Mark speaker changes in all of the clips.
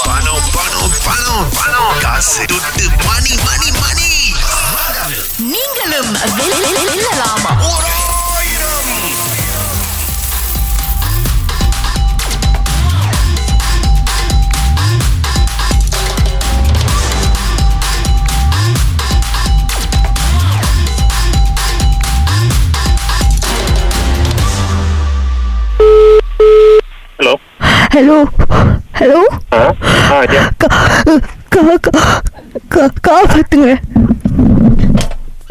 Speaker 1: பணம் பணம் பணம் பணம் காசு துட்டு மணி மணி மணி
Speaker 2: நீங்களும் வெல்- வெல்- வெல்லலாமா
Speaker 3: ஹலோ
Speaker 4: ஹலோ ஹலோ
Speaker 3: ஆ ஆ யா
Speaker 4: கா பத்துங்க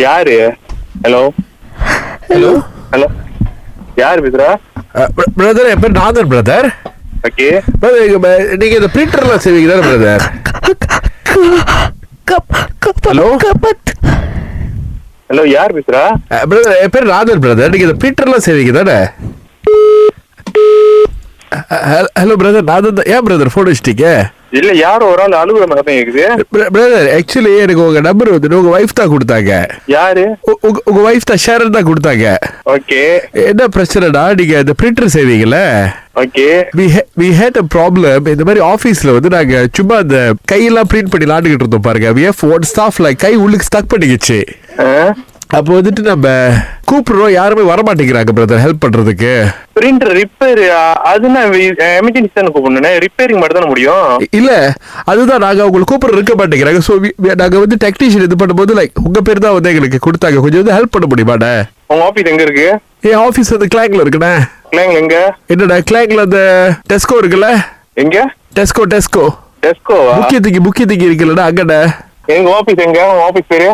Speaker 3: யாரு ஹலோ
Speaker 4: ஹலோ
Speaker 3: ஹலோ யார் பேசுறா
Speaker 5: பிரதர் என் பேர் நாதன் பிரதர்
Speaker 3: ஓகே
Speaker 5: பிரதர் இங்க ப- நீங்க இந்த பிரிண்டர்லாம் செய்வீங்க தானே பிரதர் Hello?
Speaker 4: கபத்
Speaker 3: ஹலோ யார் பேசுறா
Speaker 5: பிரதர் என் பேர் நாதன் பிரதர் நீங்க இந்த பிரிண்டர்லாம் செய்வீங்க தானே ஹலோ பிரதர் நாதன் தான் ஏன் பிரதர் ஃபோன் வச்சிட்டீங்க
Speaker 3: இல்ல யாரோ ஒரு ஆள் அழுகுற மாதிரி இருக்குது
Speaker 5: பிரதர் ஆக்சுவலி எனக்கு உங்க நம்பர் வந்துட்டு உங்க ஒய்ஃப் தான் கொடுத்தாங்க
Speaker 3: யாரு
Speaker 5: உ- உங்க உங்க ஒய்ஃப் தான் ஷேரன் தான் கொடுத்தாங்க
Speaker 3: ஓகே
Speaker 5: என்ன பிரச்சனைனா நீங்க இந்த பிரிண்டர் செய்வீங்கல்ல
Speaker 3: okay
Speaker 5: we ha- we had a problem இந்த மாதிரி ஆஃபீஸில் வந்து நாங்கள் சும்மா அந்த கையெல்லாம் பிரிண்ட் பண்ணி விளாண்டுக்கிட்டு இருந்தோம் பாருங்க we have one ஸ்டாஃப்ல கை உள்ளுக்கு ஸ்டக் பண்ணிக்கிச்சு அப்போ வந்துட்டு நம்ம கூப்பிடுறோம் யாருமே வரமாட்டேங்கிறாங்க பிரதர் ஹெல்ப் பண்ணுறதுக்கு
Speaker 3: பிரிண்டர் ரிப்பேர் அதுனா எமர்ஜென்சி தானே கூப்பிடணும் ரிப்பேரிங் மட்டும் தானே முடியும்
Speaker 5: இல்லை அதுதான் நாங்கள் அவங்களுக்கு கூப்பிட இருக்க மாட்டேங்கிறாங்க ஸோ நாங்கள் வந்து டெக்னீஷியன் இது பண்ணும்போது லைக் உங்கள் பேர் தான் வந்து எங்களுக்கு கொடுத்தாங்க கொஞ்சம் வந்து ஹெல்ப் பண்ண முடியுமாண்ணே
Speaker 3: உங்க ஆபீஸ் எங்க இருக்கு
Speaker 5: என் ஆஃபீஸ் வந்து கிளாங்கில் இருக்குண்ணே
Speaker 3: கிளைங் எங்க
Speaker 5: என்னடா கிளாங்கில் அந்த டெஸ்கோ இருக்குல்ல
Speaker 3: எங்க
Speaker 5: டெஸ்கோ டெஸ்கோ
Speaker 3: டெஸ்கோவா
Speaker 5: முக்கியத்துக்கு முக்கியத்துக்கு இருக்குல்லடா அங்கண்ணே
Speaker 3: எங்க ஆபீஸ் எங்க உங்க ஆபீஸ் பேரு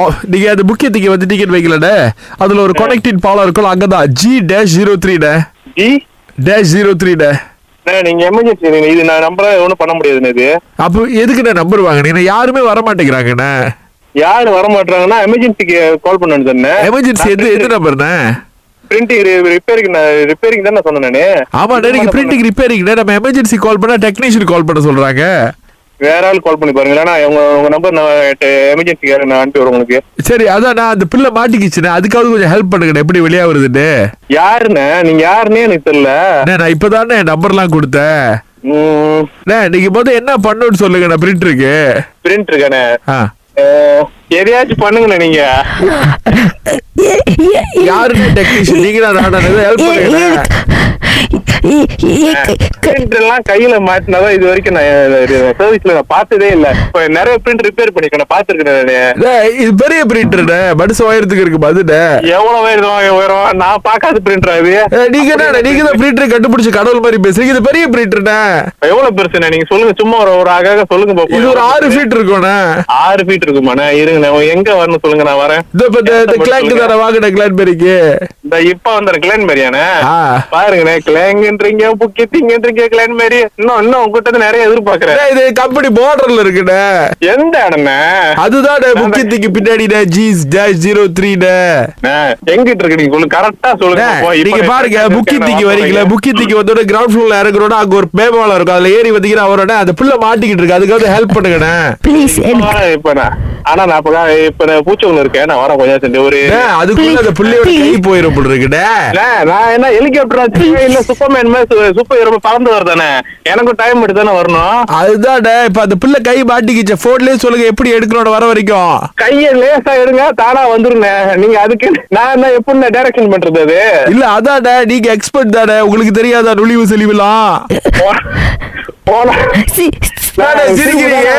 Speaker 5: ஓ நீங்க அந்த முக்கியத்துக்கு வந்துட்டீங்கன்னு வைக்கலடே அதுல ஒரு கனெக்டிங் பாலம் இருக்கும்ல அங்கதான் G dash zero three D
Speaker 3: G
Speaker 5: dash zero three D
Speaker 3: அண்ணா, நீங்க எமர்ஜென்சி இது நான் நம்பரா ஒன்றும் பண்ண முடியாதுண்ணே இது
Speaker 5: அப்போ எதுக்குடா நம்பர் வாங்கினீங்க யாருமே வர மாட்டேங்கிறாங்கண்ணே
Speaker 3: யாரு வர மாட்டாங்கன்னா எமர்ஜென்சிக்கு கால் பண்ணணும் தானே
Speaker 5: எமர்ஜென்சி எது எது நம்பர்ண்ணே
Speaker 3: பிரிண்டிங் ரிப்பேரிங் ரிப்பேரிங் தான் நான் சொன்னேன் நானு
Speaker 5: ஆமாண்ணே நீங்க
Speaker 3: சும்மா
Speaker 5: பிரிண்டிங் ரிப்பேரிங்ண்ணே நம்ம எமர்ஜென்சி கால் பண்ணா டெக்னீஷியன் கால் பண்ண சொல்றாங்க
Speaker 3: வேற ஆள் கால் பண்ணி பாருங்க இல்லைன்னா உங்க உங்க நம்பர் நான் எமர்ஜென்சிக்கு நான் அனுப்பி விடுறேன் உங்களுக்கு
Speaker 5: சரி அதான் நான் அந்த பிள்ளை மாட்டிக்கிச்சுண்ணே அதுக்காவது கொஞ்சம் ஹெல்ப் பண்ணுங்கண்ணே எப்படி வெளியா வருதுன்னு
Speaker 3: யாருண்ணே நீங்க யாருன்னே எனக்கு தெரியல
Speaker 5: அண்ணே, நான் இப்பதானே நம்பர்லாம் கொடுத்தேன்
Speaker 3: உம்,
Speaker 5: அண்ணே, நீங்க முதல்ல என்ன பண்ணணும்னு சொல்லுங்க நான் பிரிண்டருக்கு
Speaker 3: பிரிண்ட் இருக்கானே
Speaker 5: ஆ
Speaker 3: அஹ், எதையாச்சும் பண்ணுங்கண்ணே நீங்க
Speaker 5: யாருமே டெக்னீஷியன் நீங்களா நானா ஹெல்ப் பண்ணுங்க
Speaker 3: பிரிண்ட் எல்லாம் கையில மாட்டினாதான் இது வரைக்கும் நான் சர்வீஸ்ல நான் பார்த்ததே இல்ல இப்ப நிறைய பிரிண்ட் ரிப்பேர் பண்ணிருக்கேன் பாத்துருக்கேன் நானு
Speaker 5: டேய், இது பெரிய பிரிண்டர்டே மனுஷ உயரத்துக்கு இருக்கு பாத்துட்டே
Speaker 3: எவ்வளவு உயரம் உயரம் நான் பார்க்காத பிரிண்டர் அது
Speaker 5: நீங்க என்ன நீங்க தான் பிரிண்டர் கண்டுபிடிச்ச கடவுள் மாதிரி பேசுறீங்க இது பெரிய பிரிண்டர்டே
Speaker 3: எவ்வளவு பெருசுண்ணே நீங்க சொல்லுங்க சும்மா ஒரு ஒரு அழகாக சொல்லுங்க பாப்போம்.
Speaker 5: இது ஒரு ஆறு ஃபீட் இருக்கும்ண்ணே
Speaker 3: ஆறு ஃபீட் இருக்குமாண்ணே இருங்கண்ணே உங்க எங்க வரணும் சொல்லுங்க நான் வரேன்
Speaker 5: இந்த இப்ப இந்த- இந்த கிளாக் தானே வாங்கின கிளாக் பெருக்கு
Speaker 3: இந்த இப்ப வந்துடுறேன் கிளான் மேரியானே
Speaker 5: ஆ.
Speaker 3: பாருங்கண்ணே கிளாங்கன்றீங்க புக்கித்திங்கன்றீங்க கிளான் மேரி இன்னும் இன்னும் உங்ககிட்ட இருந்து நிறைய எதிர்பார்க்கறேன்
Speaker 5: இது கம்பெனி பார்டர்ல இருக்குண்ணே
Speaker 3: எந்த இடம்ண்ணே
Speaker 5: அதுதான் முக்கியத்துக்கு பின்னாடிண்ணே ஜீஸ் டேஷ் ஜீரோ த்ரீண்ணே
Speaker 3: அண்ணே, எங்கிட்ட இருக்கு நீங்க சொல்லுங்க கரெக்டா சொல்லுங்க பாப்போம். இப்ப
Speaker 5: நீங்க
Speaker 3: நான்
Speaker 5: பாருங்க
Speaker 3: எங்க
Speaker 5: முக்கிய
Speaker 3: இருக்கேன்னு
Speaker 5: தீக்கு
Speaker 3: நான்
Speaker 5: வரீங்களா
Speaker 3: பாக்குறேன்.
Speaker 5: முக்கிய தீக்கு வந்தோட கிரவுண்ட் ஃபுளோர்ல இறங்குறோட அங்க ஒரு பேபாலம் இருக்கும் அதுல ஏறி வந்தீங்கன்னா அவரோட அந்த பிள்ளை மாட்டிக்கிட்டு இருக்கு அதுக்காவது ஹெல்ப் பண்ணுங்கண்ணே
Speaker 4: ப்ளீஸ்
Speaker 3: இப்ப வரேன் இப்ப நான் ஆனா நான் இப்ப நான் இப்ப நான் பூச்சவங்க இருக்கேன் நான் வரேன் கொஞ்சம் சென்று ஒரு
Speaker 5: டேய், அதுக்குள்ள அந்த புள்ளியோட கை போயிரும் போல இருக்குடே
Speaker 3: அண்ணே, நான் என்ன ஹெலிகாப்டர் வச்சிருக்கேன் இல்ல சூப்பர்மேன் மாதிரி சூப்பர் ஹீரோ பறந்து வருதானே எனக்கும் டைம் எடுத்து தானே வரணும்
Speaker 5: அதுதான் டேய், இப்ப அந்த புள்ள கை மாட்டிக்கிச்ச போன்லயே சொல்லுங்க எப்படி எடுக்கணும் வர வரைக்கும்
Speaker 3: கையை லேசா எடுங்க தானா வந்துருங்க நீங்க அதுக்கு நான் என்ன எப்படி டைரக்ஷன் பண்றது அது
Speaker 5: இல்ல அதான் டேய், நீங்க எக்ஸ்பர்ட் தானே உங்களுக்கு தெரியாதா நுழிவு செலிவுலாம்
Speaker 3: போ- போனா
Speaker 5: டேய், டேய், சிரிக்கிறீங்க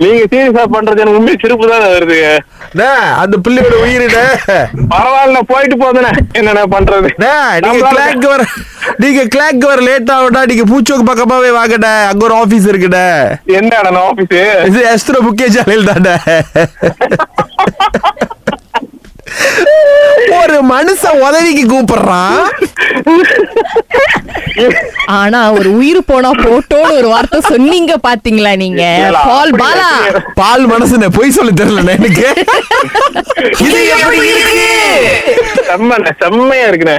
Speaker 3: நீங்க சீரியஸா பண்றது எனக்கு உண்மையில சிரிப்பு தான் வருது
Speaker 5: டேய், அந்த பிள்ளையோட உயிரிட
Speaker 3: பரவாயில்ல போயிட்டு போதுனே என்னண்ணே பண்றது
Speaker 5: நீங்க
Speaker 3: நம்மளால-
Speaker 5: கிளாக் வர நீங்க கிளாக் வர லேட் ஆகும்டா நீங்க பூச்சோக்கு பக்கமாவே வாங்கடா அங்க ஒரு ஆபீஸ் இருக்குடா
Speaker 3: என்ன இடம் ஆபீஸ்
Speaker 5: இது எஸ்ட்ரோ புக்கே ஜாலியில் தாண்டா ஒரு மனுஷன் உதவிக்கு கூப்பிடுறான்
Speaker 2: ஆனா ஒரு உயிர் போனா போட்டோன்னு ஒரு வார்த்தை சொன்னீங்க பாத்தீங்களா நீங்க
Speaker 3: இல்லடா,
Speaker 2: பால்
Speaker 3: அப்படி
Speaker 2: பாலா
Speaker 3: வச்சுக்க.
Speaker 5: பால் மனசுன பொய் சொல்ல தெரியல எனக்கு இது எப்படி இருக்கு
Speaker 3: செம்மண்ணே செம்மையா இருக்குண்ணே